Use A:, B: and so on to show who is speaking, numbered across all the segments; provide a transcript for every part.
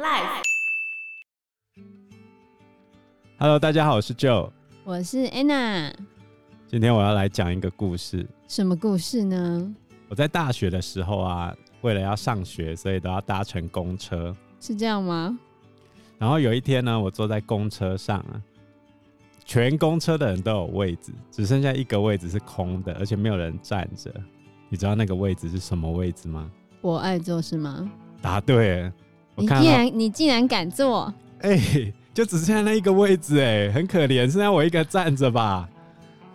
A: Life。
B: Hello，大家好，我是 Joe。
C: 我是 Anna。
B: 今天我要来讲一个故事。
C: 什么故事呢？
B: 我在大学的时候啊，为了要上学，所以都要搭乘公车。
C: 是这样吗？
B: 然后有一天呢，我坐在公车上啊，全公车的人都有位置，只剩下一个位置是空的，而且没有人站着。你知道那个位置是什么位置吗？
C: 我爱做是吗？
B: 答对了。我
C: 你
B: 看
C: 竟
B: 到，
C: 然你竟然敢做，
B: 哎、就只剩下那一个位置、哎，很可怜，剩下我一个站着吧。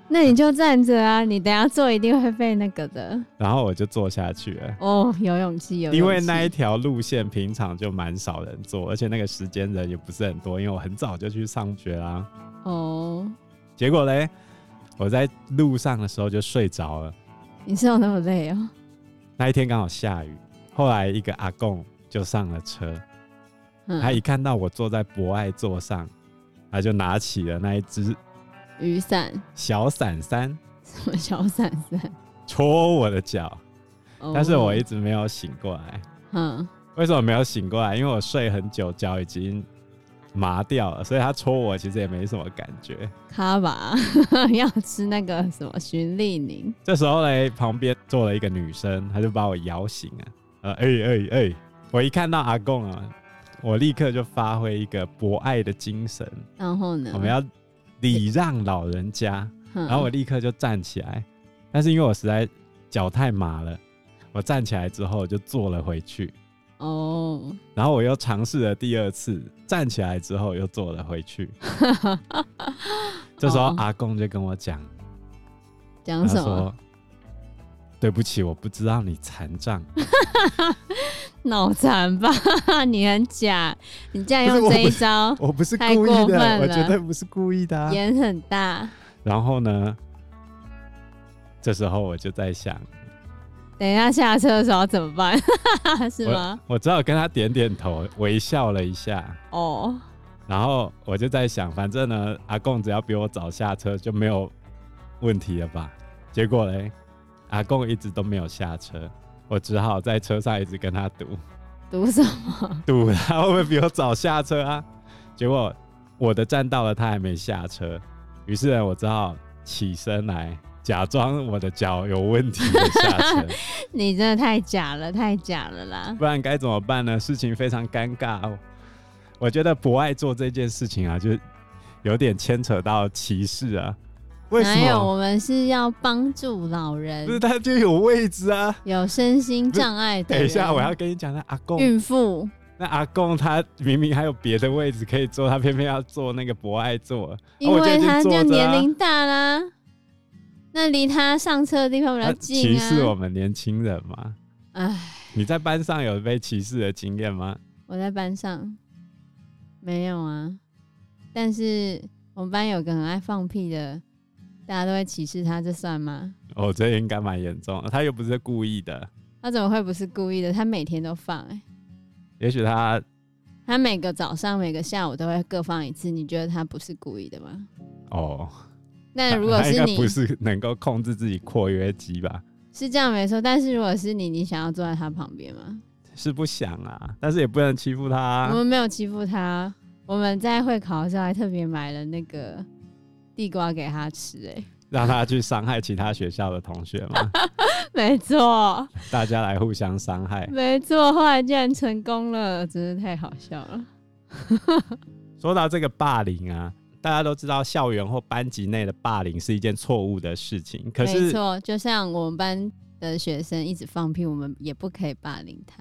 C: 那你就站着啊！你等下做一定会被那个的
B: 然后我就坐下去了。
C: 哦，有勇气，有勇气。
B: 因为那一条路线平常就蛮少人坐，而且那个时间人也不是很多，因为我很早就去上学啦。
C: 哦，
B: 结果嘞，我在路上的时候就睡着了。
C: 你是有那么累哦？
B: 那一天刚好下雨，后来一个阿公就上了车，他
C: 嗯，
B: 一看到我坐在博爱座上，他就拿起了那一只
C: 雨伞，
B: 小伞伞
C: 什么小伞伞？
B: 戳我的脚，
C: 哦
B: 但是我一直没有醒过来。
C: 嗯，
B: 为什么没有醒过来？因为我睡很久，脚已经麻掉了，所以他戳我其实也没什么感觉。
C: 卡吧 要吃那个什么循利宁，
B: 这时候嘞，旁边坐了一个女生，她就把我摇醒了。呃，哎哎哎！我一看到阿贡啊，我立刻就发挥一个博爱的精神，
C: 然后呢？
B: 我们要礼让老人家。
C: 嗯，
B: 然后我立刻就站起来，但是因为我实在脚太麻了，我站起来之后就坐了回去。
C: 哦，
B: 然后我又尝试了第二次，站起来之后又坐了 回去。这时候
C: 哦
B: 阿公就跟我讲，
C: 讲
B: 他
C: 什么？
B: 说：“对不起，我不知道你残 障，
C: 脑残吧， 你很假，你竟然
B: 不是
C: 用
B: 我
C: 这
B: 不
C: 一招，
B: 我不是
C: 太
B: 故
C: 过
B: 意的，
C: 分
B: 我
C: 了
B: 绝对不是故意的啊、
C: 眼很大。
B: 然后呢，这时候我就在想，
C: 等一下下车的时候怎么办？ 是吗？
B: 我只好跟他点点头，微笑了一下。
C: 哦，
B: 然后我就在想，反正呢，阿贡只要比我早下车就没有问题了吧？结果嘞，阿贡一直都没有下车，我只好在车上一直跟他赌，
C: 读什么？
B: 赌他会不会比我早下车啊？结果我的站到了，他还没下车，于是呢，我只好起身来，假装我的脚有问题的下 车，
C: 你真的太假了，太假了啦！
B: 不然该怎么办呢？事情非常尴尬哦。我觉得不爱做这件事情啊，就是有点牵扯到歧视啊。为什
C: 哪有？
B: 么？
C: 我们是要帮助老
B: 不是
C: 人，
B: 他就有位置啊？
C: 有身心障碍的人。
B: 等一下，我要跟你讲，那阿公，
C: 孕妇
B: 那阿公他明明还有别的位置可以坐，他偏偏要坐那个博爱座，
C: 因
B: 我就已
C: 为
B: 经
C: 她
B: 坐着
C: 就
B: 啊
C: 年龄大啦，那离她上车的地方比较
B: 他
C: 近
B: 歧视我
C: 啊。
B: 们年轻人嘛？
C: 唉，
B: 你在班上有被歧视的经验吗？
C: 我在班上没有啊，但是我们班有个很爱放屁的，大家都会歧视他，这算吗？
B: 哦，这应该蛮严重的，他又不是故意的，
C: 他怎么会不是故意的？他每天都放、欸，
B: 也许他
C: 他每个早上、每个下午都会各放一次。你觉得他不是故意的吗？
B: 哦，
C: 那
B: 他
C: 如果
B: 他应
C: 是
B: 该
C: 你，
B: 不是能够控制自己括约肌吧？
C: 是这样没错。但是如果是你，你想要坐在他旁边吗？
B: 是不想啊，但是也不能欺负他、啊
C: 我们没有欺负他，我们在会考的时候还特别买了那个地瓜给他吃、欸。
B: 让他去伤害其他学校的同学嘛，
C: 没错，
B: 大家来互相伤害。
C: 没错。后来竟然成功了，真是太好笑了。
B: 说到这个霸凌啊，大家都知道校园或班级内的霸凌是一件错误的事情，可
C: 没
B: 是
C: 错，就像我们班的学生一直放屁，我们也不可以霸凌他。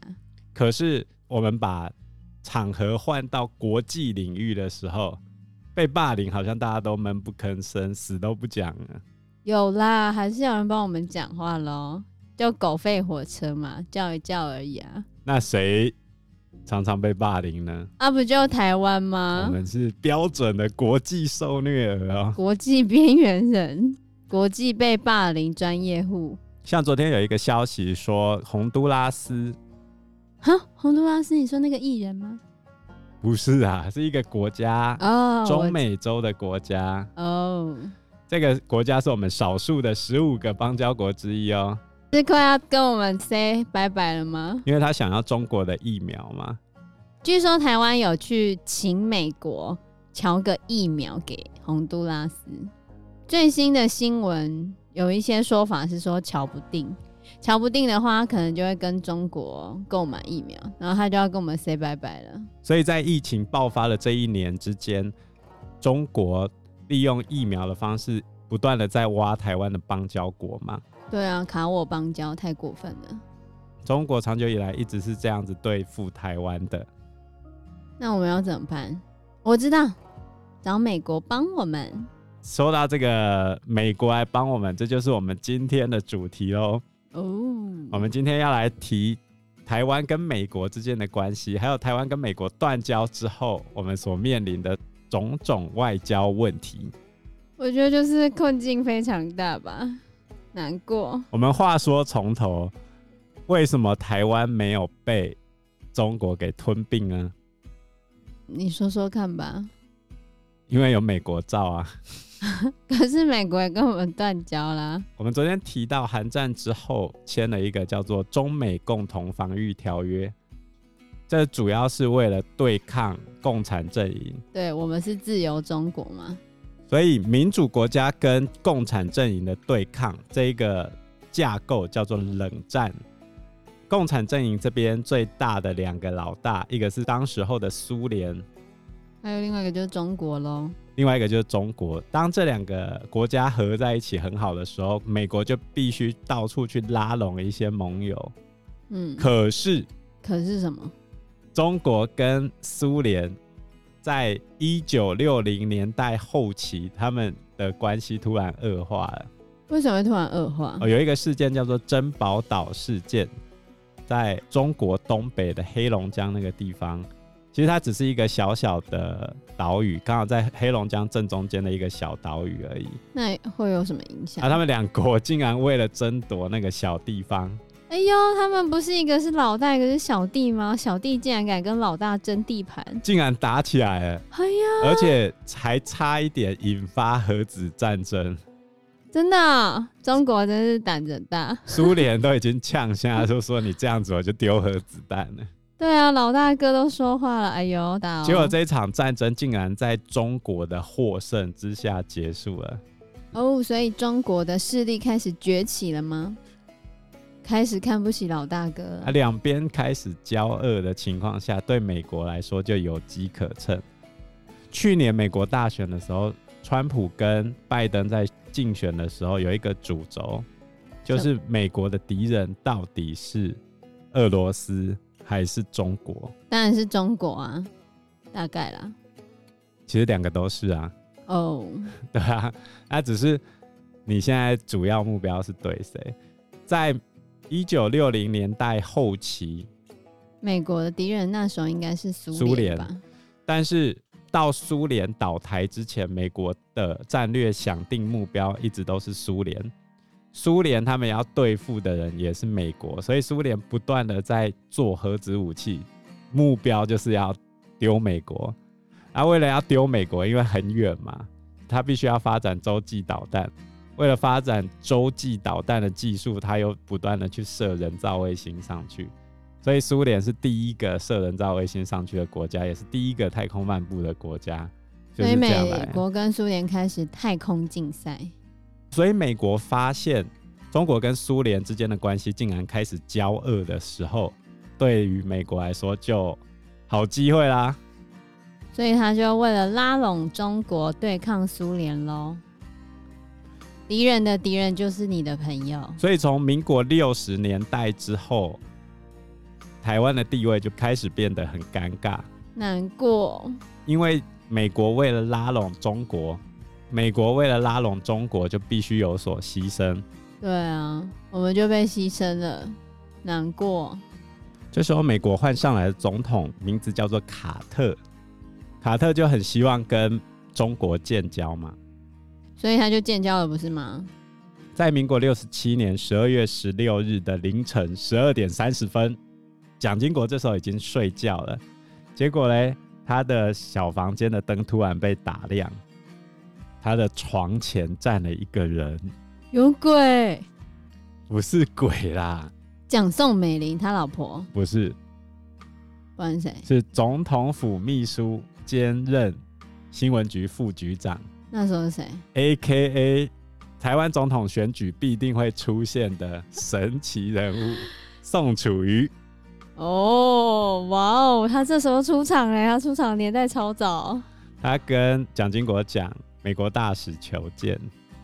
B: 可是我们把场合换到国际领域的时候，被霸凌好像大家都闷不吭声，死都不讲了。
C: 有啦，还是有人帮我们讲话喽，就狗吠火车嘛，叫一叫而已啊。
B: 那谁常常被霸凌呢？
C: 啊，不就台湾
B: 我
C: 吗？
B: 们是标准的国际受虐儿哦。
C: 国际边缘人，国际被霸凌专业户。
B: 像昨天有一个消息说，洪都拉斯
C: 哈，洪都拉斯，你说那个艺人吗？
B: 不是啊，是一个国家，
C: 哦，
B: 中美洲的国家。
C: 我哦，
B: 这个国家是我们少数的十五个邦交国之一哦，
C: 是快要跟我们 say 拜拜了吗？
B: 因为他想要中国的疫苗嘛。
C: 据说台湾有去请美国调个疫苗给洪都拉斯。最新的新闻有一些说法是说瞧不定，瞧不定的话，他可能就会跟中国购买疫苗，然后他就要跟我们 say 拜拜了。
B: 所以在疫情爆发的这一年之间，中国利用疫苗的方式，不断的在挖台湾的邦交国嘛。
C: 对啊，卡我邦交太过分了。
B: 中国长久以来一直是这样子对付台湾的，
C: 那我们要怎么办？我知道，找美国帮我们。
B: 说到这个美国来帮我们，这就是我们今天的主题喽。
C: 哦，
B: 我们今天要来提台湾跟美国之间的关系，还有台湾跟美国断交之后，我们所面临的种种外交问题。
C: 我觉得就是困境非常大吧，难过。
B: 我们话说从头，为什么台湾没有被中国给吞并呢？
C: 你说说看吧。
B: 因为有美国造啊。
C: 可是美国也跟我们断交啦。
B: 我们昨天提到，韩战之后签了一个叫做《中美共同防御条约》，这主要是为了对抗共产阵营。
C: 对我们是自由中国嘛？
B: 所以，民主国家跟共产阵营的对抗这一个架构叫做冷战。共产阵营这边最大的两个老大，一个是当时候的苏联，
C: 还有另外一个就是中国喽。
B: 另外一个就是中国。当这两个国家合在一起很好的时候，美国就必须到处去拉拢一些盟友。
C: 嗯，
B: 可是，
C: 可是什么？
B: 中国跟苏联在一九六零年代后期，他们的关系突然恶化了。
C: 为什么会突然恶化？
B: 哦，有一个事件叫做珍宝岛事件，在中国东北的黑龙江那个地方，其实它只是一个小小的岛屿，刚好在黑龙江正中间的一个小岛屿而已。
C: 那会有什么影响？
B: 啊，他们两国竟然为了争夺那个小地方，
C: 哎呦，他们不是一个是老大，一个是小弟吗？小弟竟然敢跟老大争地盘！
B: 竟然打起来了，
C: 哎呀，
B: 而且还差一点引发核子战争。
C: 真的哦、中国真是胆子很大。
B: 苏联都已经呛下，就说你这样子我就丢核子弹了。
C: 对啊，老大哥都说话了，哎呦，打、哦！
B: 结果这一场战争竟然在中国的获胜之下结束了。
C: 哦，所以中国的势力开始崛起了吗？开始看不起老大哥了
B: 啊，两边开始交恶的情况下，对美国来说就有机可乘。去年美国大选的时候，川普跟拜登在竞选的时候有一个主轴，就是美国的敌人到底是俄罗斯还是中国？
C: 当然是中国啊，大概啦。
B: 其实两个都是啊，
C: 哦，
B: 对啊，那只是你现在主要目标是对谁？在一九六零年代后期，
C: 美国的敌人那时候应该是苏
B: 苏
C: 联
B: 联
C: 吧？
B: 但是到苏联倒台之前，美国的战略想定目标一直都是苏联。苏联他们要对付的人也是美国，所以苏联不断的在做核子武器，目标就是要丢美国。啊，为了要丢美国，因为很远嘛，他必须要发展洲际导弹。为了发展洲际导弹的技术，他又不断的去射人造卫星上去。所以苏联是第一个射人造卫星上去的国家，也是第一个太空漫步的国家，就
C: 所
B: 是
C: 以
B: 这
C: 美
B: 样来的。
C: 国跟苏联开始太空竞赛。
B: 所以美国发现中国跟苏联之间的关系竟然开始交恶的时候，对于美国来说就好机会啦。
C: 所以他就为了拉拢中国对抗苏联喽。敌人的敌人就是你的朋友，
B: 所以从民国六十年代之后，台湾的地位就开始变得很尴尬，
C: 难过。
B: 因为美国为了拉拢中国，美国为了拉拢中国就必须有所牺牲。
C: 对啊，我们就被牺牲了，难过。
B: 这时候，美国换上来的总统名字叫做卡特，卡特就很希望跟中国建交嘛。
C: 所以他就建交了，不是吗？
B: 在民国六十七年十二月十六日的凌晨十二点三十分，蒋经国这时候已经睡觉了，结果嘞，他的小房间的灯突然被打亮，他的床前站了一个人，
C: 有鬼！
B: 不是鬼啦，
C: 蒋宋美龄他老婆
B: 不是，
C: 不然谁？
B: 是总统府秘书兼任新闻局副局长
C: 那时候是谁？
B: ，A K A 台湾总统选举必定会出现的神奇人物宋楚瑜。
C: 哦，哇哦，他这时候出场嘞，他出场年代超早。
B: 他跟蒋经国讲美国大使求见，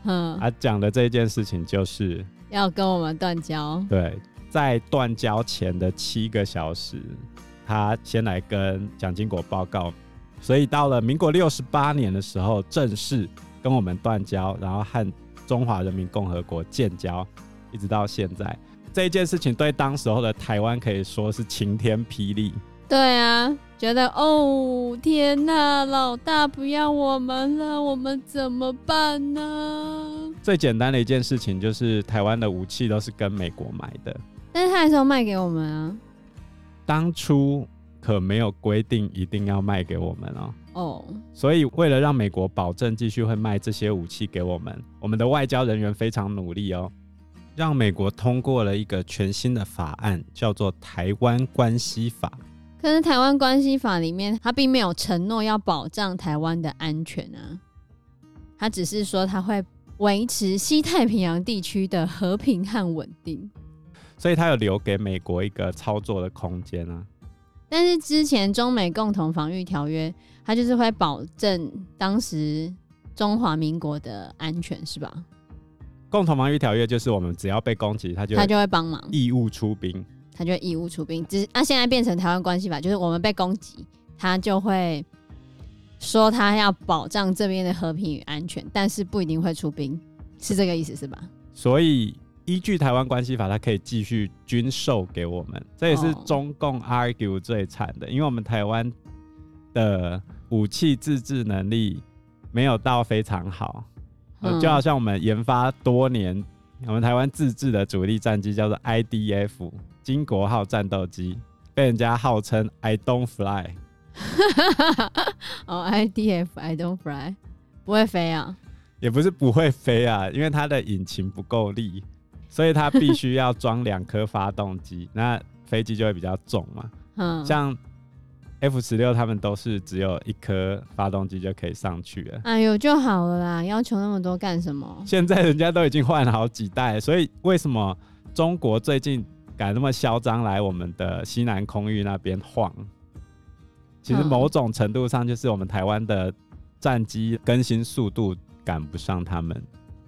C: 嗯，
B: 他讲的这件事情就是
C: 要跟我们断交。
B: 对，在断交前的七个小时，他先来跟蒋经国报告，所以到了民国六十八年的时候，正式跟我们断交，然后和中华人民共和国建交，一直到现在。这一件事情对当时候的台湾可以说是晴天霹雳，
C: 对啊，觉得哦天呐，老大不要我们了，我们怎么办呢？
B: 最简单的一件事情就是台湾的武器都是跟美国买的，
C: 但是他还是要卖给我们啊。
B: 当初可没有规定一定要卖给我们哦。
C: 哦，
B: 所以，为了让美国保证继续会卖这些武器给我们，我们的外交人员非常努力哦，让美国通过了一个全新的法案，叫做《台湾关系法》。
C: 可是台湾关系法里面，他并没有承诺要保障台湾的安全啊，他只是说他会维持西太平洋地区的和平和稳定。
B: 所以，它有留给美国一个操作的空间啊。
C: 但是之前中美共同防御条约，它就是会保证当时中华民国的安全，是吧？
B: 共同防御条约就是我们只要被攻击，它就
C: 他就会帮忙，
B: 义务出兵。
C: 他就会义务出兵。只是啊，现在变成台湾关系法，就是我们被攻击，他就会说他要保障这边的和平与安全，但是不一定会出兵，是这个意思是吧？
B: 所以，依据《台湾关系法》，它可以继续军售给我们。这也是
C: 哦
B: 中共 argue 最惨的，因为我们台湾的武器自制能力没有到非常好，呃
C: 嗯
B: 就好像我们研发多年，我们台湾自制的主力战机叫做 IDF 金国号战斗机，被人家号称 I don't fly。
C: 哦，I D F I don't fly，不会飞啊。
B: 也不是不会飞啊，因为它的引擎不够力，所以它必须要装两颗发动机，那飞机就会比较重嘛。
C: 嗯，
B: 像 F 十六他们都是只有一颗发动机就可以上去了，
C: 哎呦就好了啦，要求那么多干什么？
B: 现在人家都已经换了好几代，所以为什么中国最近敢那么嚣张来我们的西南空域那边晃？其实
C: 嗯
B: 某种程度上就是我们台湾的战机更新速度赶不上他们，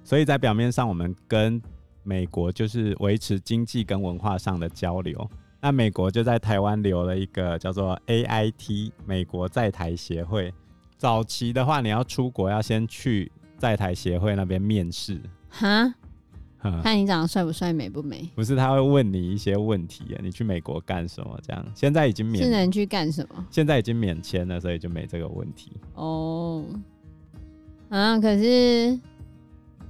B: 所以在表面上我们跟美国就是维持经济跟文化上的交流。那美国就在台湾留了一个叫做 AIT 美国在台协会。早期的话，你要出国要先去在台协会那边面试，
C: 哈，
B: 嗯
C: 看你长得帅不帅，美不美，
B: 不是他会问你一些问题，你去美国干什么？这样现在已经
C: 是
B: 免，
C: 能去干什么？
B: 现在已经免签了，所以就没这个问题。
C: 哦，啊，可是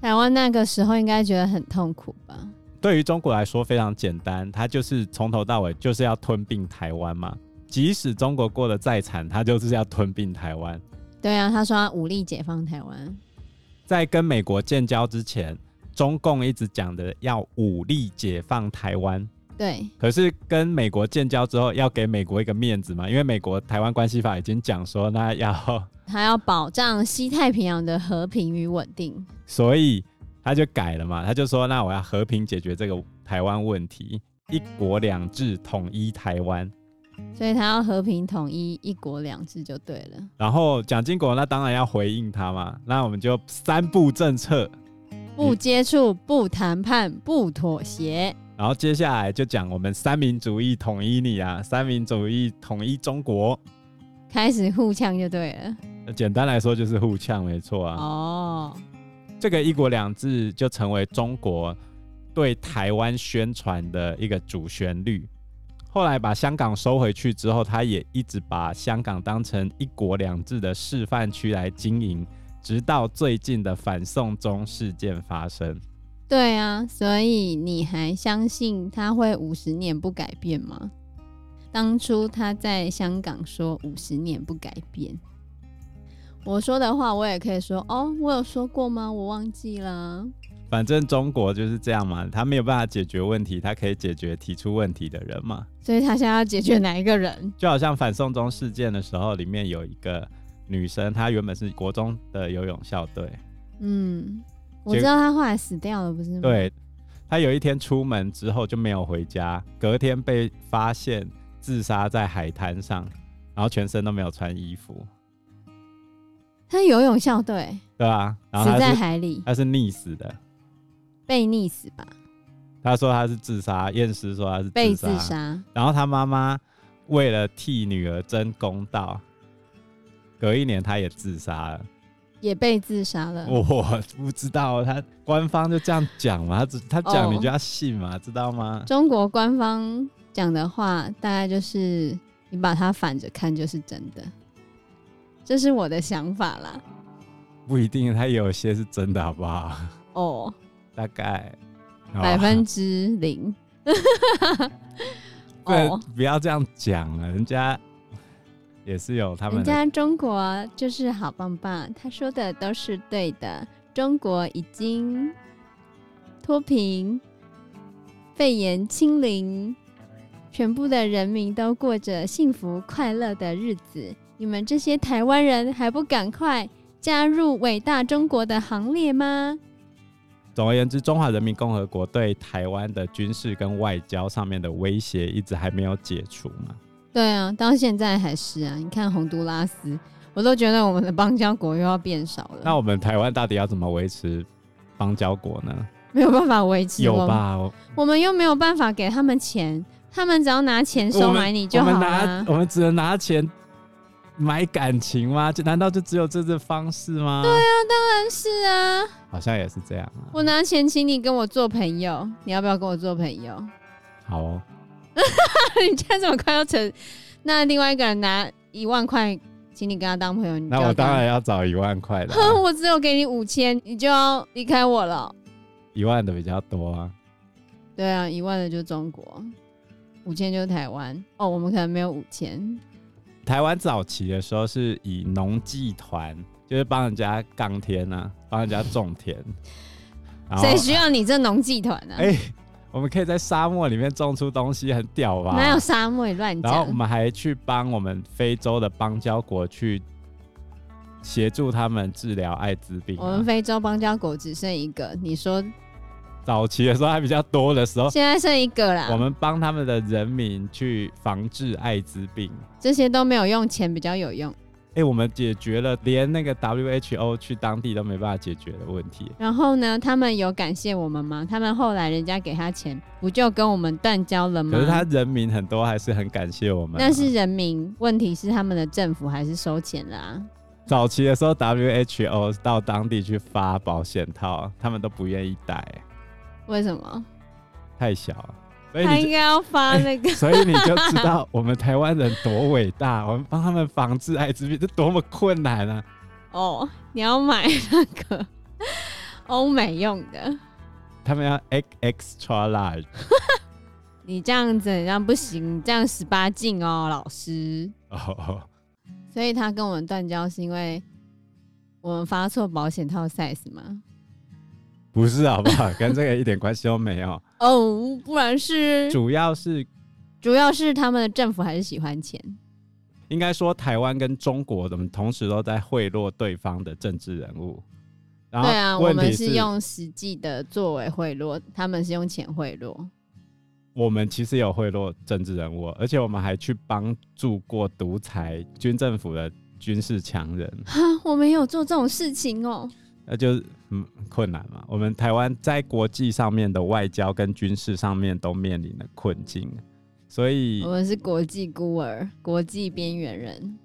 C: 台湾那个时候应该觉得很痛苦吧？
B: 对于中国来说非常简单，它就是从头到尾就是要吞并台湾嘛。即使中国过得再惨，它就是要吞并台湾。
C: 对啊，他说他武力解放台湾，
B: 在跟美国建交之前，中共一直讲的要武力解放台湾，
C: 对，
B: 可是跟美国建交之后，要给美国一个面子嘛，因为美国台湾关系法已经讲说，那要，
C: 他要保障西太平洋的和平与稳定。
B: 所以他就改了嘛，他就说，那我要和平解决这个台湾问题，一国两制统一台湾。
C: 所以他要和平统一，一国两制就对了。
B: 然后蒋经国那当然要回应他嘛，那我们就三步政策，
C: 不
B: 嗯
C: 接触，不谈判，不妥协。
B: 然后接下来就讲我们三民主义统一你啊，三民主义统一中国。
C: 开始互呛就对了。
B: 简单来说就是互呛，没错啊。
C: 哦，
B: 这个“一国两制”就成为中国对台湾宣传的一个主旋律。后来把香港收回去之后，他也一直把香港当成“一国两制”的示范区来经营，直到最近的反送中事件发生。
C: 对啊，所以你还相信他会五十年不改变吗？当初他在香港说五十年不改变，我说的话我也可以说哦，我有说过吗？我忘记了。
B: 反正中国就是这样嘛，他没有办法解决问题，他可以解决提出问题的人嘛。
C: 所以他现在要解决哪一个人？
B: 就好像反送中事件的时候，里面有一个女生，她原本是国中的游泳校队，
C: 嗯，我
B: 结
C: 知道他后来死掉了，不是吗？，
B: 对，她有一天出门之后就没有回家，隔天被发现自杀在海滩上，然后全身都没有穿衣服，
C: 他游泳校队
B: 对啊，然后
C: 死在
B: 她是
C: 海里，
B: 她是溺死的，
C: 被溺死吧？
B: 她说她是自杀，验尸说她是
C: 被
B: 自
C: 自杀，
B: 然后他妈妈为了替女儿争公道，隔一年他也自杀了。
C: 也被自杀了。
B: 我不知道他官方就这样讲嘛，他只他讲
C: 哦
B: 你就要信嘛，知道吗？
C: 中国官方讲的话，大概就是你把它反着看就是真的，这是我的想法啦。
B: 不一定，他也有些是真的，好不好？
C: 哦，
B: 大概哦好吧
C: 百分之零。
B: 不然
C: 哦，
B: 不要这样讲啊了，人家也是有他们
C: 人
B: 的。
C: 家中国就是好棒棒，他说的都是对的。中国已经脱贫，肺炎清零，全部的人民都过着幸福快乐的日子。你们这些台湾人还不赶快加入伟大中国的行列吗？
B: 总而言之，中华人民共和国对台湾的军事跟外交上面的威胁一直还没有解除嘛。
C: 对啊，到现在还是啊。你看洪都拉斯，我都觉得我们的邦交国又要变少了，
B: 那我们台湾到底要怎么维持邦交国呢？
C: 没有办法维持。
B: 有？吧？我
C: 我们又没有办法给他们钱，他们只要拿钱收买你就
B: 我
C: 好啊
B: 们
C: 了、
B: 拿我们只能拿钱买感情吗？就难道就只有这种方式吗？对啊，
C: 但是啊，
B: 好像也是这样啊。
C: 我拿钱请你跟我做朋友，你要不要跟我做朋友？
B: 好、哦，
C: 你现在这么快要成，那另外一个人拿一万块请你跟他当朋友，你就要
B: 那我
C: 跟
B: 当
C: 他
B: 然要找一万 块的啊、
C: 哼， 我只有给你五千，你就要离开我了。
B: 一万的比较多啊。
C: 对啊，一万的就中国，五千就是台湾。哦，我们可能没有五千。
B: 台湾早期的时候是以农技团，就是帮人家杠田啊，帮人家种 田。然后
C: 谁需要你这农技团呢、啊？
B: 哎、我们可以在沙漠里面种出东西，很屌吧？
C: 哪有沙漠？你乱
B: 然后
C: 讲
B: 我。们还去帮我们非洲的邦交国去协助他们治疗艾滋病啊、
C: 我们非洲邦交国只剩一个，你说
B: 早期的时候还比较多 的时候，
C: 现在剩一个啦。
B: 哦我们帮他们的人民去防治艾滋病。
C: 这些都没有用，钱比较有用。
B: 哎、我们解决了连那个 WHO 去当地都没办法解决的问题。
C: 然后呢，他们有感谢我们吗？他们后来人家给他钱，不就跟我们断交了吗？
B: 可是他人民很多还是很感谢我们啊、
C: 那嗯是人民，问题是他们的政府还是收钱啦、
B: 早期的时候，WHO 到当地去发保险套，他们都不愿意戴，
C: 为什么？
B: 太小了。所以
C: 他
B: 哎你
C: 应该要发那 个
B: 所以你就知道我们台湾人多伟大，我们帮他们防治艾滋病，这多么困难啊！
C: 哦，你要买那个欧美用的。
B: 他们要 e- extra large，
C: 你这样子，这样不行，这样十八禁哦，老师。
B: 哦，
C: 所以他跟我们断交是因为我们发错保险套 size 吗？
B: 不是好不 好？跟这个一点关系都没有，
C: 哦，不然是
B: 主要是
C: 主要是他们的政府还是喜欢钱。
B: 应该说台湾跟中国，我们同时都在贿赂对方的政治人物。然
C: 对啊，
B: 后
C: 我
B: 问
C: 们
B: 题
C: 是用实际的作为贿赂，他们是用钱贿赂。
B: 我们其实有贿赂政治人物，而且我们还去帮助过独裁军政府的军事强人。
C: 哈，我没有做这种事情哦。
B: 那就是嗯困难嘛。我们台湾在国际上面的外交跟军事上面都面临了困境，所以
C: 我们是国际孤儿，国际边缘人。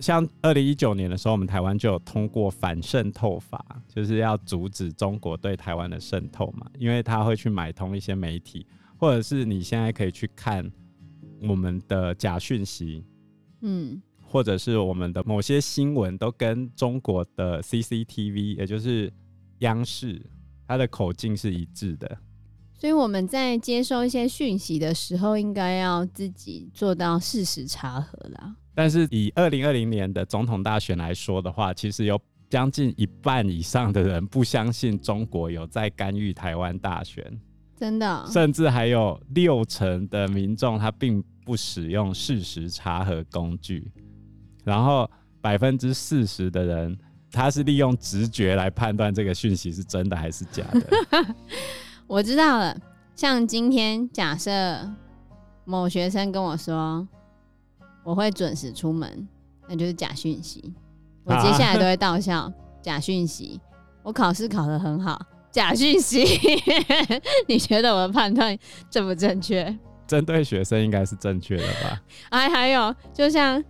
B: 像二零一九年的时候，我们台湾就有通过反渗透法，就是要阻止中国对台湾的渗透嘛，因为他会去买通一些媒体，或者是你现在可以去看我们的假讯息。
C: 嗯，
B: 或者是我们的某些新闻都跟中国的 CCTV，也就是央视，它的口径是一致的。
C: 所以我们在接收一些讯息的时候，应该要自己做到事实查核啦。
B: 但是以二零二零年的总统大选来说的话，其实有将近一半以上的人不相信中国有在干预台湾大选，
C: 真的哦、
B: 甚至还有六成的民众他并不使用事实查核工具，然后百分之四十的人他是利用直觉来判断这个讯息是真的还是假的。
C: 我知道了。像今天假设某学生跟我说我会准时出门，那就是假讯息。我接下来都会盗笑，假讯息。我考试考得很好，假讯息。 你觉得我的判断正不正确？
B: 针对学生应该是正确的吧？
C: 哎，还有，就像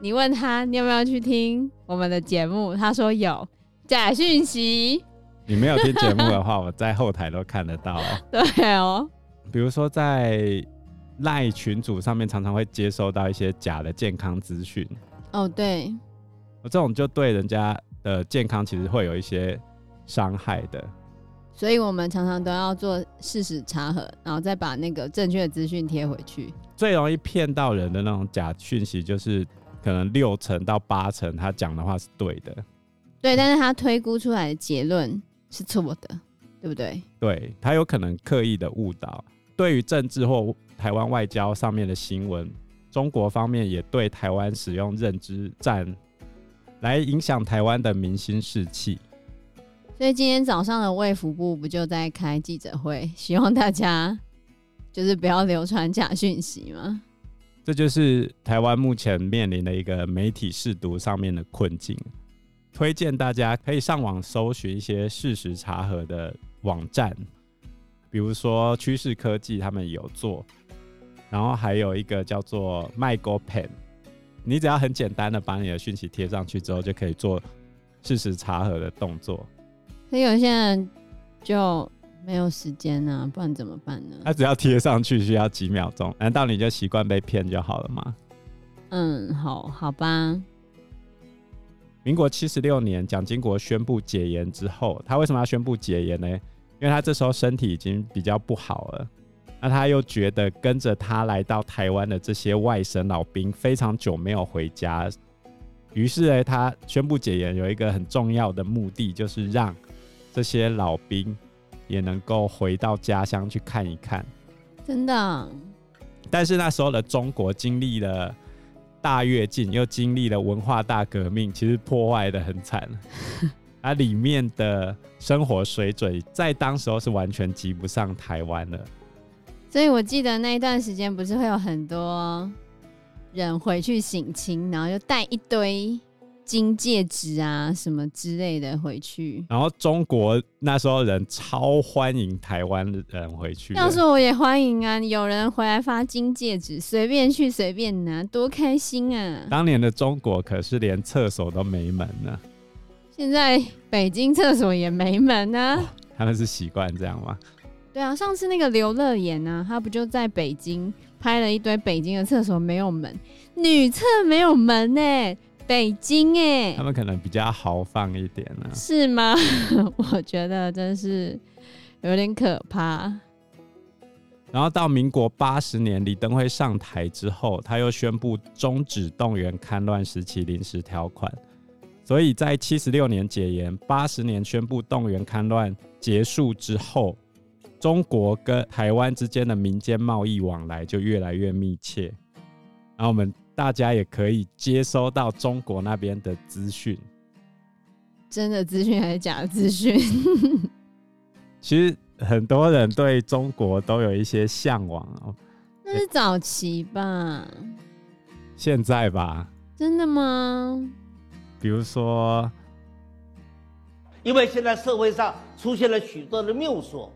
C: 你问他你有没有去听我们的节目，他说有假讯息。
B: 你没有听节目的话，我在后台都看得到哦、
C: 对哦，
B: 比如说在赖群组上面，常常会接收到一些假的健康资讯，
C: 哦对，
B: 这种就对人家的健康其实会有一些伤害的。
C: 所以我们常常都要做事实查核，然后再把那个正确的资讯贴回去。
B: 最容易骗到人的那种假讯息，就是可能六成到八成他讲的话是对的，
C: 对，但是他推估出来的结论是错的，对不对？
B: 对他有可能刻意的误导。对于政治或台湾外交上面的新闻，中国方面也对台湾使用认知战来影响台湾的民心士气。
C: 所以今天早上的卫福部不就在开记者会，希望大家就是不要流传假讯息吗？
B: 这就是台湾目前面临的一个媒体试读上面的困境。推荐大家可以上网搜寻一些事实查核的网站，比如说趋势科技他们有做，然后还有一个叫做 MyGoPen，你只要很简单的把你的讯息贴上去之后，就可以做事实查核的动作。
C: 所以有些人就没有时间啊，不然怎么办呢？
B: 它只要贴上去需要几秒钟，难道你就习惯被骗就好了吗？
C: 嗯，好好吧，
B: 民国七十六年，蒋经国宣布解严之后，他为什么要宣布解严呢？因为他这时候身体已经比较不好了，那他又觉得跟着他来到台湾的这些外省老兵非常久没有回家，于是呢，他宣布解严有一个很重要的目的，就是让这些老兵也能够回到家乡去看一看。
C: 真的，啊
B: 但是那时候的中国经历了大跃进，又经历了文化大革命，其实破坏的 很惨。它里面的生活水准在当时候是完全及不上台湾的。
C: 所以我记得那一段时间不是会有很多人回去省亲，然后就带一堆金戒指啊什么之类的回去。
B: 然后中国那时候人超欢迎台湾人回去的，
C: 要是我也欢迎啊，有人回来发金戒指，随便去随便拿，多开心啊！
B: 当年的中国可是连厕所都没门呢，
C: 现在北京厕所也没门啊。
B: 他们是习惯这样吗？
C: 对啊，上次那个刘乐言啊，他不就在北京拍了一堆北京的厕所没有门，女厕没有门呢、欸北京哎、
B: 他们可能比较豪放一点呢、
C: 是吗？ 我觉得真是有点可怕。
B: 然后到民国八十年，李登辉上台之后，他又宣布终止动员戡乱时期临时条款，所以在七十六年解严，八十年宣布动员戡乱结束之后，中国跟台湾之间的民间贸易往来就越来越密切，然后我们大家也可以接收到中国那边的资讯。
C: 真的资讯还是假的资 讯？
B: 其实很多人对中国都有一些向往哦，
C: 那是早期吧？
B: 现在吧，
C: 真的吗？
B: 比如说
A: 因为现在社会上出现了许多的谬说，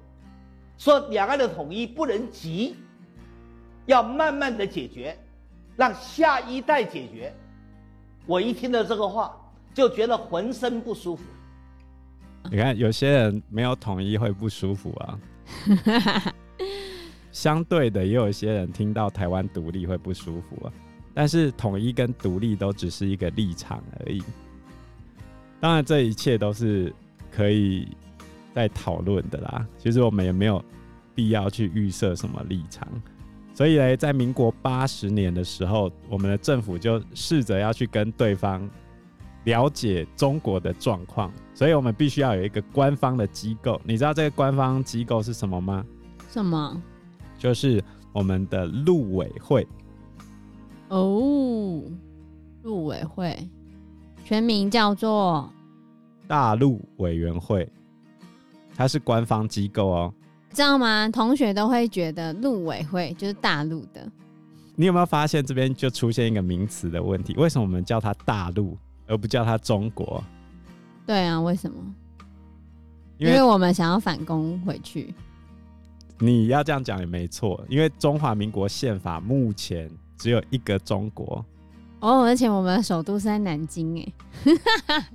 A: 说两岸的统一不能急，要慢慢的解决，让下一代解决。我一听到这个话，就觉得浑身不舒服。
B: 你看，有些人没有统一会不舒服啊。相对的，也有一些人听到台湾独立会不舒服啊。但是统一跟独立都只是一个立场而已。当然，这一切都是可以在讨论的啦。其实我们也没有必要去预设什么立场。所以呢，在民国八十年的时候，我们的政府就试着要去跟对方了解中国的状况，所以我们必须要有一个官方的机构。你知道这个官方机构是什么吗？
C: 什么？
B: 就是我们的陆委会。
C: 哦，陆委会，全名叫做
B: 大陆委员会，它是官方机构哦。
C: 知道吗？同学都会觉得陆委会就是大陆的，
B: 你有没有发现这边就出现一个名词的问题？为什么我们叫它大陆，而不叫它中国？
C: 对啊，为什么？
B: 因
C: 因为
B: 为
C: 我们想要反攻回去。
B: 你要这样讲也没错，因为中华民国宪法目前只有一个中国，
C: 哦，而且我们的首都是在南京哎，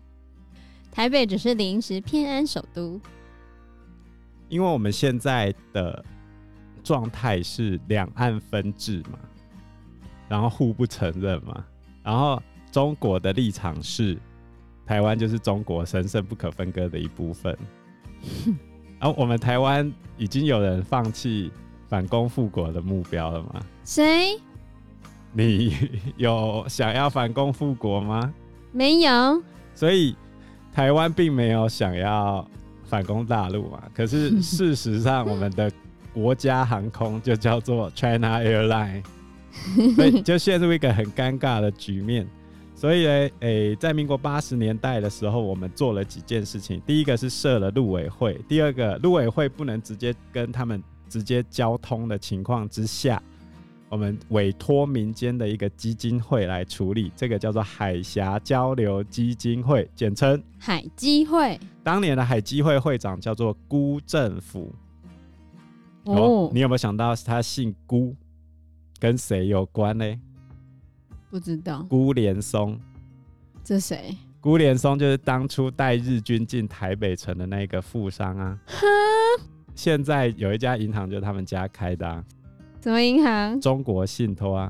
C: 台北只是临时偏安首都。
B: 因为我们现在的状态是两岸分治嘛，然后互不承认嘛，然后中国的立场是台湾就是中国神圣不可分割的一部分，然后我们台湾已经有人放弃反攻复国的目标了嘛？
C: 谁
B: 你有想要反攻复国吗？
C: 没有？
B: 所以台湾并没有想要反攻大陆嘛。可是事实上，我们的国家航空就叫做 China Airline，所以就陷入一个很尴尬的局面。所以呢，诶、在民国八十年代的时候，我们做了几件事情。第一个是设了陆委会，第二个陆委会不能直接跟他们直接交通的情况之下，我们委托民间的一个基金会来处理，这个叫做海峡交流基金会，简称。
C: 海基会
B: 当年的海基会会长叫做辜政府。
C: 哦，
B: 你有没有想到他姓辜，跟谁有关呢？
C: 不知道
B: 辜连松。
C: 这 谁？
B: 辜连松就是当初带日军进台北城的那个富商啊。现在有一家银行就是他们家开的、啊，
C: 什么银行？
B: 中国信托啊。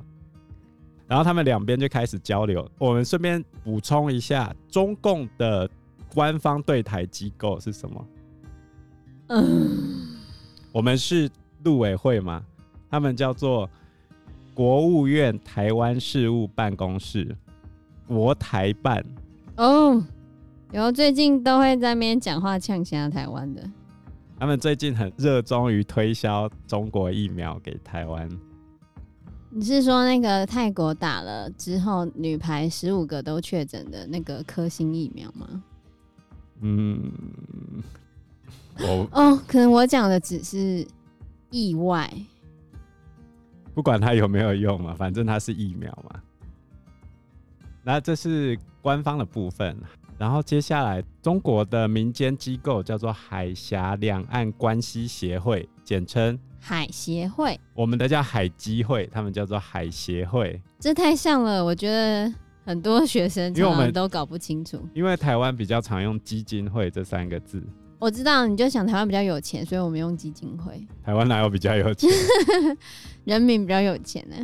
B: 然后他们两边就开始交流。我们顺便补充一下，中共的官方对台机构是什么？
C: 嗯，
B: 我们是陆委会嘛，他们叫做国务院台湾事务办公室，国台办。
C: 哦，有最近都会在那边讲话呛瞎台湾的。
B: 他们最近很热衷于推销中国疫苗给台湾。
C: 你是说那个泰国打了之后，女排十五个都确诊的那个科兴疫苗吗？
B: 嗯，我
C: 哦，可能我讲的只是意外。
B: 不管它有没有用嘛，反正它是疫苗嘛。那这是官方的部分，然后接下来中国的民间机构叫做海峡两岸关系协会，简称
C: 海协会，
B: 我们的叫海基会，他们叫做海协会。
C: 这太像了，我觉得很多学生
B: 因为我
C: 常
B: 们
C: 常都搞不清楚。
B: 因为台湾比较常用基金会这三个字，
C: 我知道，你就想台湾比较有钱，所以我们用基金会，
B: 台湾哪有比较有钱？
C: 人民比较有钱呢、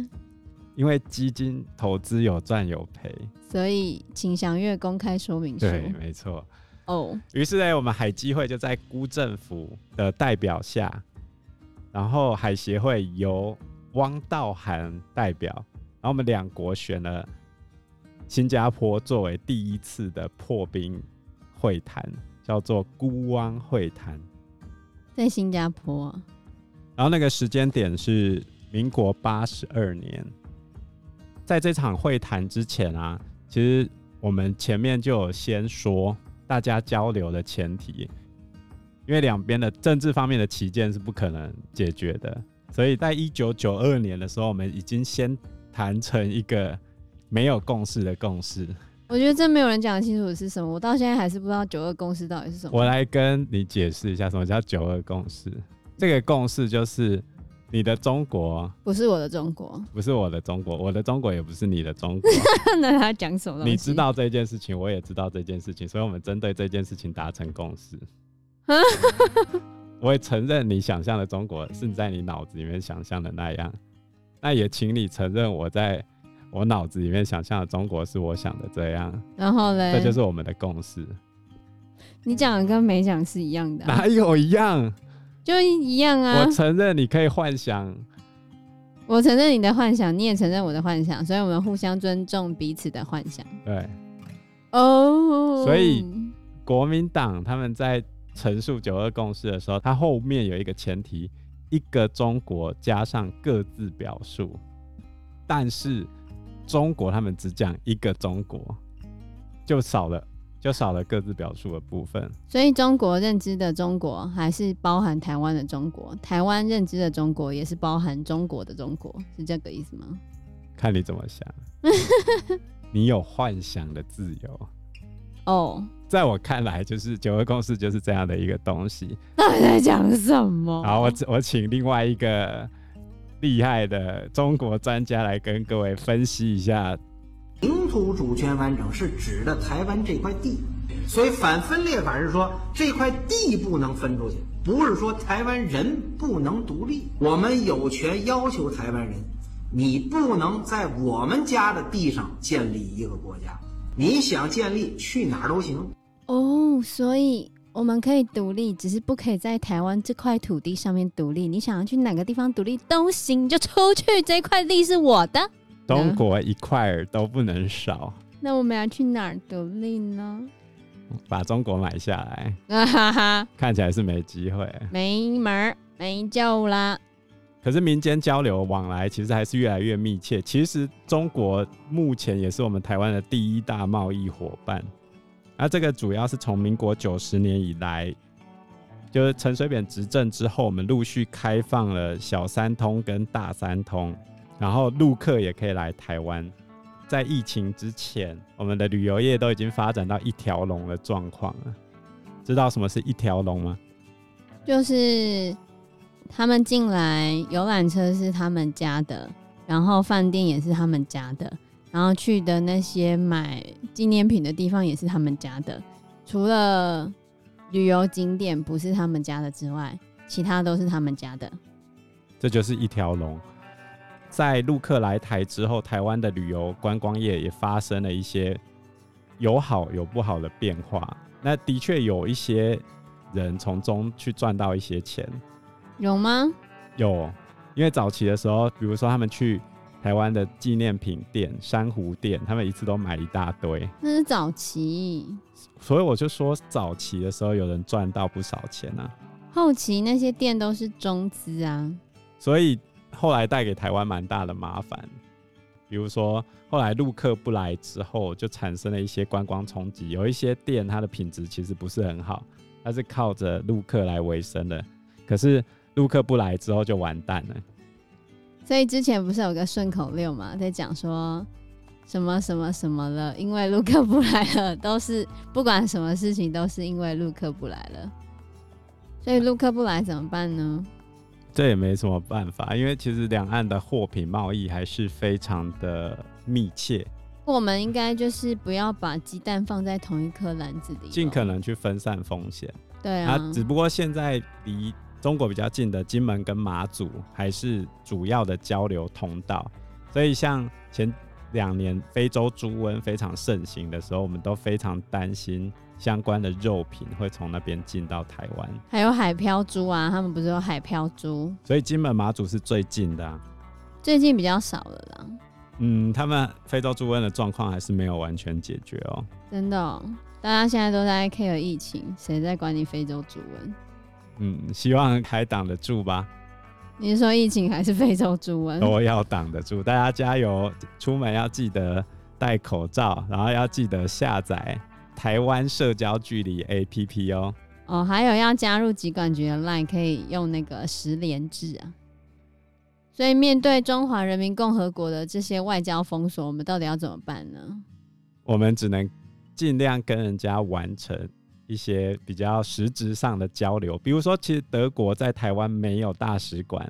B: 因为基金投资有赚有赔，
C: 所以请详阅公开说明书。
B: 对，没错。
C: 哦，
B: 于是呢，我们海基会就在辜政府的代表下，然后海协会由汪道涵代表，然后我们两国选了新加坡作为第一次的破冰会谈，叫做辜汪会谈。
C: 在新加坡啊，
B: 然后那个时间点是民国八十二年，在这场会谈之前啊，其实我们前面就有先说大家交流的前提，因为两边的政治方面的旗舰是不可能解决的，所以在一九九二年的时候，我们已经先谈成一个没有共识的共识。
C: 我觉得这没有人讲得清楚是什么，我到现在还是不知道九二共识到底是什么。
B: 我来跟你解释一下什么叫九二共识。这个共识就是你的中国
C: 不是我的中国，
B: 不是我的中国，我的中国也不是你的中国。
C: 那他讲什么东西？
B: 你知道这件事情，我也知道这件事情，所以我们针对这件事情达成共识。我也承认你想象的中国是在你脑子里面想象的那样，那也请你承认我在我脑子里面想象的中国是我想的这样，
C: 然后嘞，
B: 这就是我们的共识。
C: 你讲的跟没讲是一样的啊、
B: 哪有一样？
C: 就一样啊。
B: 我承认你可以幻想，
C: 我承认你的幻想，你也承认我的幻想，所以我们互相尊重彼此的幻想。
B: 对，
C: 哦，
B: 所以国民党他们在陈述九二共识的时候，它后面有一个前提：一个中国加上各自表述。但是中国他们只讲一个中国，就少了就少了各自表述的部分。
C: 所以中国认知的中国还是包含台湾的中国，台湾认知的中国也是包含中国的中国，是这个意思吗？
B: 看你怎么想，你有幻想的自由。
C: 哦，
B: 在我看来，就是九二共识就是这样的一个东西。
C: 到底在讲什么？
B: 好，我我请另外一个厉害的中国专家来跟各位分析一下
D: 领土主权完整是指的台湾这块地，所以反分裂法是说这块地不能分出去，不是说台湾人不能独立。我们有权要求台湾人，你不能在我们家的地上建立一个国家，你想建立去哪儿都行。
C: 哦，所以我们可以独立，只是不可以在台湾这块土地上面独立。你想要去哪个地方独立都行，你就出去，这块地是我的。
B: 中国一块儿都不能少，
C: 那我们要去哪儿独立呢？
B: 把中国买下来，
C: 啊哈哈，
B: 看起来是没机会。
C: 没门儿，没救啦！
B: 可是民间交流往来其实还是越来越密切。其实中国目前也是我们台湾的第一大贸易伙伴，而这个主要是从民国九十年以来，就是陈水扁执政之后，我们陆续开放了小三通跟大三通，然后陆客也可以来台湾。在疫情之前，我们的旅游业都已经发展到一条龙的状况了。知道什么是一条龙吗？
C: 就是他们进来，游览车是他们家的，然后饭店也是他们家的，然后去的那些买纪念品的地方也是他们家的，除了旅游景点不是他们家的之外，其他都是他们家的。
B: 这就是一条龙。在陆客来台之后，台湾的旅游观光业也发生了一些有好有不好的变化。那的确有一些人从中去赚到一些钱，
C: 有吗？
B: 有，因为早期的时候，比如说他们去台湾的纪念品店、珊瑚店，他们一次都买一大堆，
C: 那是早期，
B: 所以我就说早期的时候有人赚到不少钱啊。
C: 后期那些店都是中资啊。
B: 所以后来带给台湾蛮大的麻烦。比如说，后来陆客不来之后，就产生了一些观光冲击。有一些店它的品质其实不是很好，它是靠着陆客来维生的。可是陆客不来之后就完蛋了。
C: 所以之前不是有个顺口溜嘛，在讲说什么什么什么了，因为陆克不来了，都是不管什么事情都是因为陆克不来了。所以陆克不来怎么办呢？
B: 这也没什么办法，因为其实两岸的货品贸易还是非常的密切，
C: 我们应该就是不要把鸡蛋放在同一颗篮子里，
B: 尽可能去分散风险。
C: 对啊
B: 啊，，只不过现在离中国比较近的金门跟马祖还是主要的交流通道，所以像前两年非洲猪瘟非常盛行的时候，我们都非常担心相关的肉品会从那边进到台湾，
C: 还有海漂猪啊，他们不是有海漂猪，
B: 所以金门马祖是最近的、啊。
C: 最近比较少了啦，
B: 嗯，他们非洲猪瘟的状况还是没有完全解决哦。
C: 真的哦、大家现在都在 care 疫情，谁在管你非洲猪瘟？
B: 嗯，希望还挡得住吧，
C: 你是说疫情还是非洲猪瘟？
B: 都要挡得住。大家加油，出门要记得戴口罩，然后要记得下载台湾社交距离 APP 哦。
C: 哦，还有要加入疾管局的 LINE 可以用那个十连制啊。所以面对中华人民共和国的这些外交封锁，我们到底要怎么办呢？
B: 我们只能尽量跟人家完成一些比较实质上的交流，比如说，其实德国在台湾没有大使馆，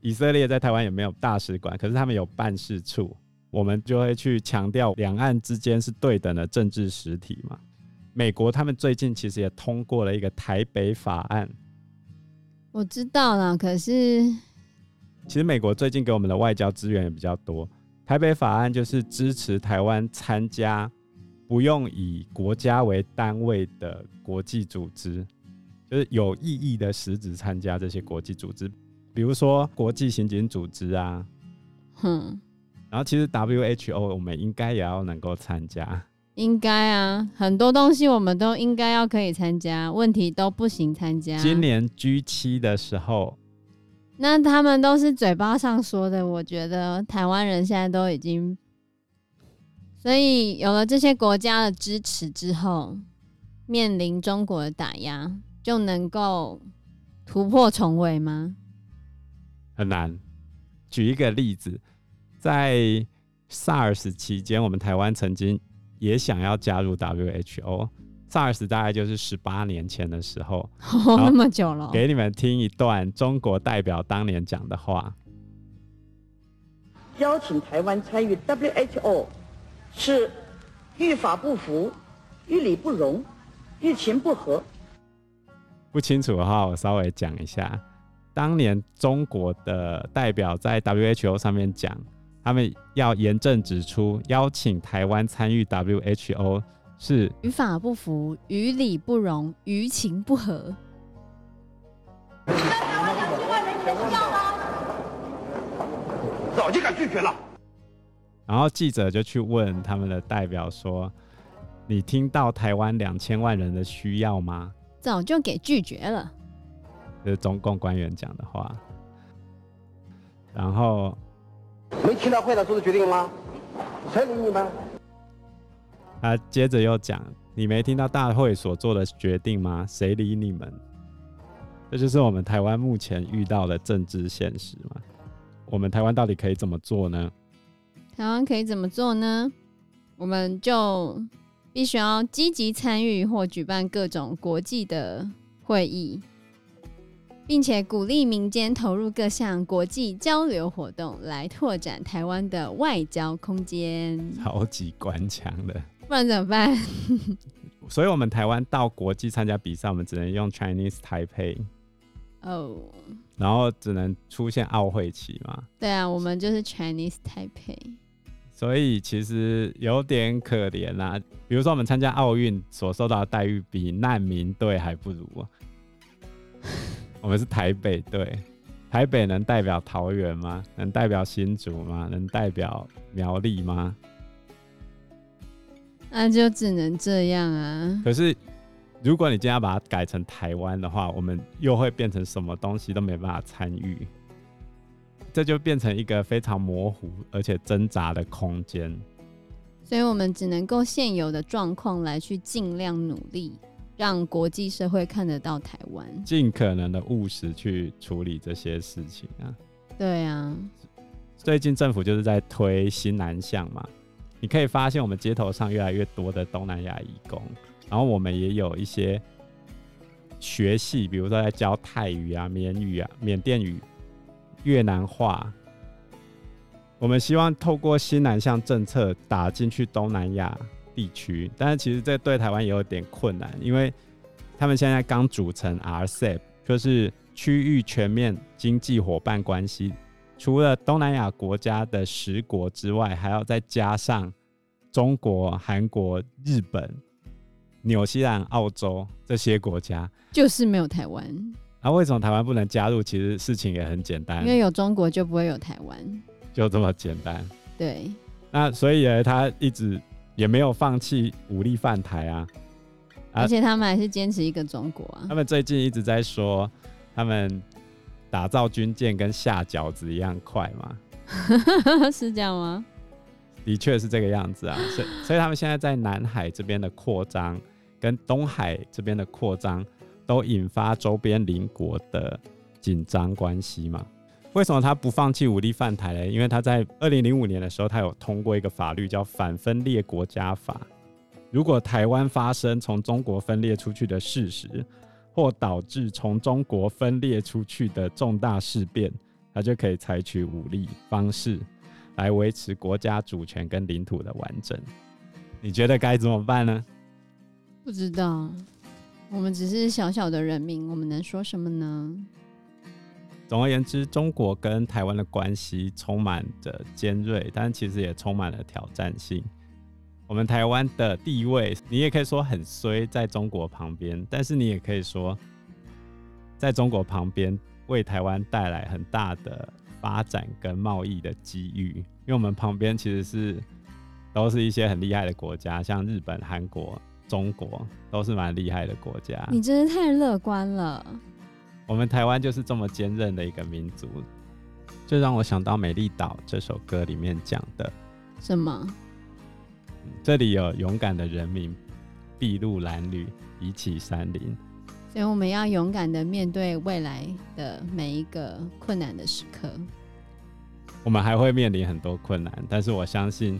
B: 以色列在台湾也没有大使馆，可是他们有办事处，我们就会去强调两岸之间是对等的政治实体嘛。美国他们最近其实也通过了一个台北法案，
C: 我知道啦，可是
B: 其实美国最近给我们的外交资源也比较多。台北法案就是支持台湾参加不用以国家为单位的国际组织，就是有意义的实质参加这些国际组织，比如说国际刑警组织啊。
C: 哼，
B: 然后其实 WHO 我们应该也要能够参加，
C: 应该啊，很多东西我们都应该要可以参加，问题都不行参加。
B: 今年 G 七的时候，
C: 那他们都是嘴巴上说的，我觉得台湾人现在都已经，所以有了这些国家的支持之后，面临中国的打压，就能够突破重围吗？
B: 很难。举一个例子，在 SARS 期间，我们台湾曾经也想要加入 WHO。SARS 大概就是十八年前的时候，
C: 哦，那么久了哦，
B: 给你们听一段中国代表当年讲的话。
E: 邀请台湾参与 WHO，是欲法不服、欲理不容、欲情不合。
B: 不清楚的话，我稍微讲一下。当年中国的代表在 WHO 上面讲，他们要严正指出，邀请台湾参与 WHO 是
C: 于法不服，于理不容，于情不合。
F: 早就敢拒绝了。
B: 然后记者就去问他们的代表说：“你听到台湾两千万人的需要吗
C: 早就给拒绝了。？”
B: 这是中共官员讲的话。然后，
F: 没听到会长做的决定吗？谁理你们？
B: 他接着又讲：“你没听到大会所做的决定吗？谁理你们？”这就是我们台湾目前遇到的政治现实嘛。我们台湾到底可以怎么做呢？
C: 台湾可以怎么做呢？我们就必须要积极参与或举办各种国际的会议，并且鼓励民间投入各项国际交流活动，来拓展台湾的外交空间。
B: 超级官腔的。
C: 不然怎么办？
B: 所以，我们台湾到国际参加比赛，我们只能用 Chinese Taipei，
C: 哦、
B: 然后只能出现奥会旗嘛。
C: 对啊，我们就是 Chinese Taipei。
B: 所以其实有点可怜啦、比如说我们参加奥运所受到的待遇，比难民队还不如、啊。我们是台北队，台北能代表桃园吗？能代表新竹吗？能代表苗栗吗？
C: 那就只能这样啊！
B: 可是如果你今天要把它改成台湾的话，我们又会变成什么东西都没办法参与，这就变成一个非常模糊而且挣扎的空间。
C: 所以我们只能够现有的状况来去尽量努力，让国际社会看得到台湾。
B: 尽可能的务实去处理这些事情啊。
C: 对啊，
B: 最近政府就是在推新南向嘛，你可以发现我们街头上越来越多的东南亚移工，然后我们也有一些学系，比如说在教泰语啊、缅语啊、缅甸语、越南话。我们希望透过新南向政策打进去东南亚地区，但是其实这对台湾也有点困难，因为他们现在刚组成 RCEP，就是区域全面经济伙伴关系除了东南亚国家的十国之外，还要再加上中国、韩国、日本、纽西兰、澳洲这些国家。
C: 就是没有台湾。
B: 啊，为什么台湾不能加入？其实事情也很简单
C: 因，为有中国就不会有台湾。
B: 就这么简单。
C: 对，
B: 那所以呢，他一直也没有放弃武力犯台啊。啊
C: 而且他们还是坚持一个中国啊
B: 他。们最近一直在说，他们打造军舰跟下饺子一样快嘛，
C: 是这样吗？
B: 的确是这个样子啊，所以所以他们现在在南海这边的扩张，跟东海这边的扩张，都引发周边邻国的紧张关系嘛。为什么他不放弃武力犯台嘞？因为他在二零零五年的时候，他有通过一个法律叫《反分裂国家法》，如果台湾发生从中国分裂出去的事实，或导致从中国分裂出去的重大事变，他就可以采取武力方式来维持国家主权跟领土的完整。你觉得该怎么办呢？
C: 不知道，我们只是小小的人民，我们能说什么呢？
B: 总而言之，中国跟台湾的关系充满着尖锐，但其实也充满了挑战性。我们台湾的地位，你也可以说很衰，在中国旁边，但是你也可以说，在中国旁边为台湾带来很大的发展跟贸易的机遇，因为我们旁边其实是都是一些很厉害的国家，像日本、韩国、中国都是蛮厉害的国家。
C: 你真是太乐观了。
B: 我们台湾就是这么坚韧的一个民族，这让我想到《美丽岛》这首歌里面讲的，
C: 什么？
B: 嗯这里有勇敢的人民，筚路蓝缕，以启山林。
C: 所以我们要勇敢的面对未来的每一个困难的时刻。
B: 我们还会面临很多困难，但是我相信，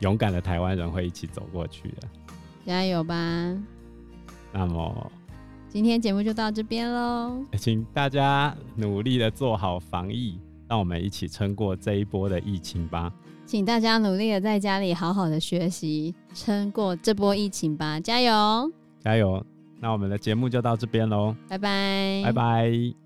B: 勇敢的台湾人会一起走过去的。
C: 加油吧！
B: 那么，哎
C: 今天节目就到这边喽，
B: 请大家努力的做好防疫，让我们一起撑过这一波的疫情吧。
C: 请大家努力的在家里好好的学习，撑过这波疫情吧，加油！
B: 加油！那我们的节目就到这边喽，
C: 拜拜，
B: 拜拜。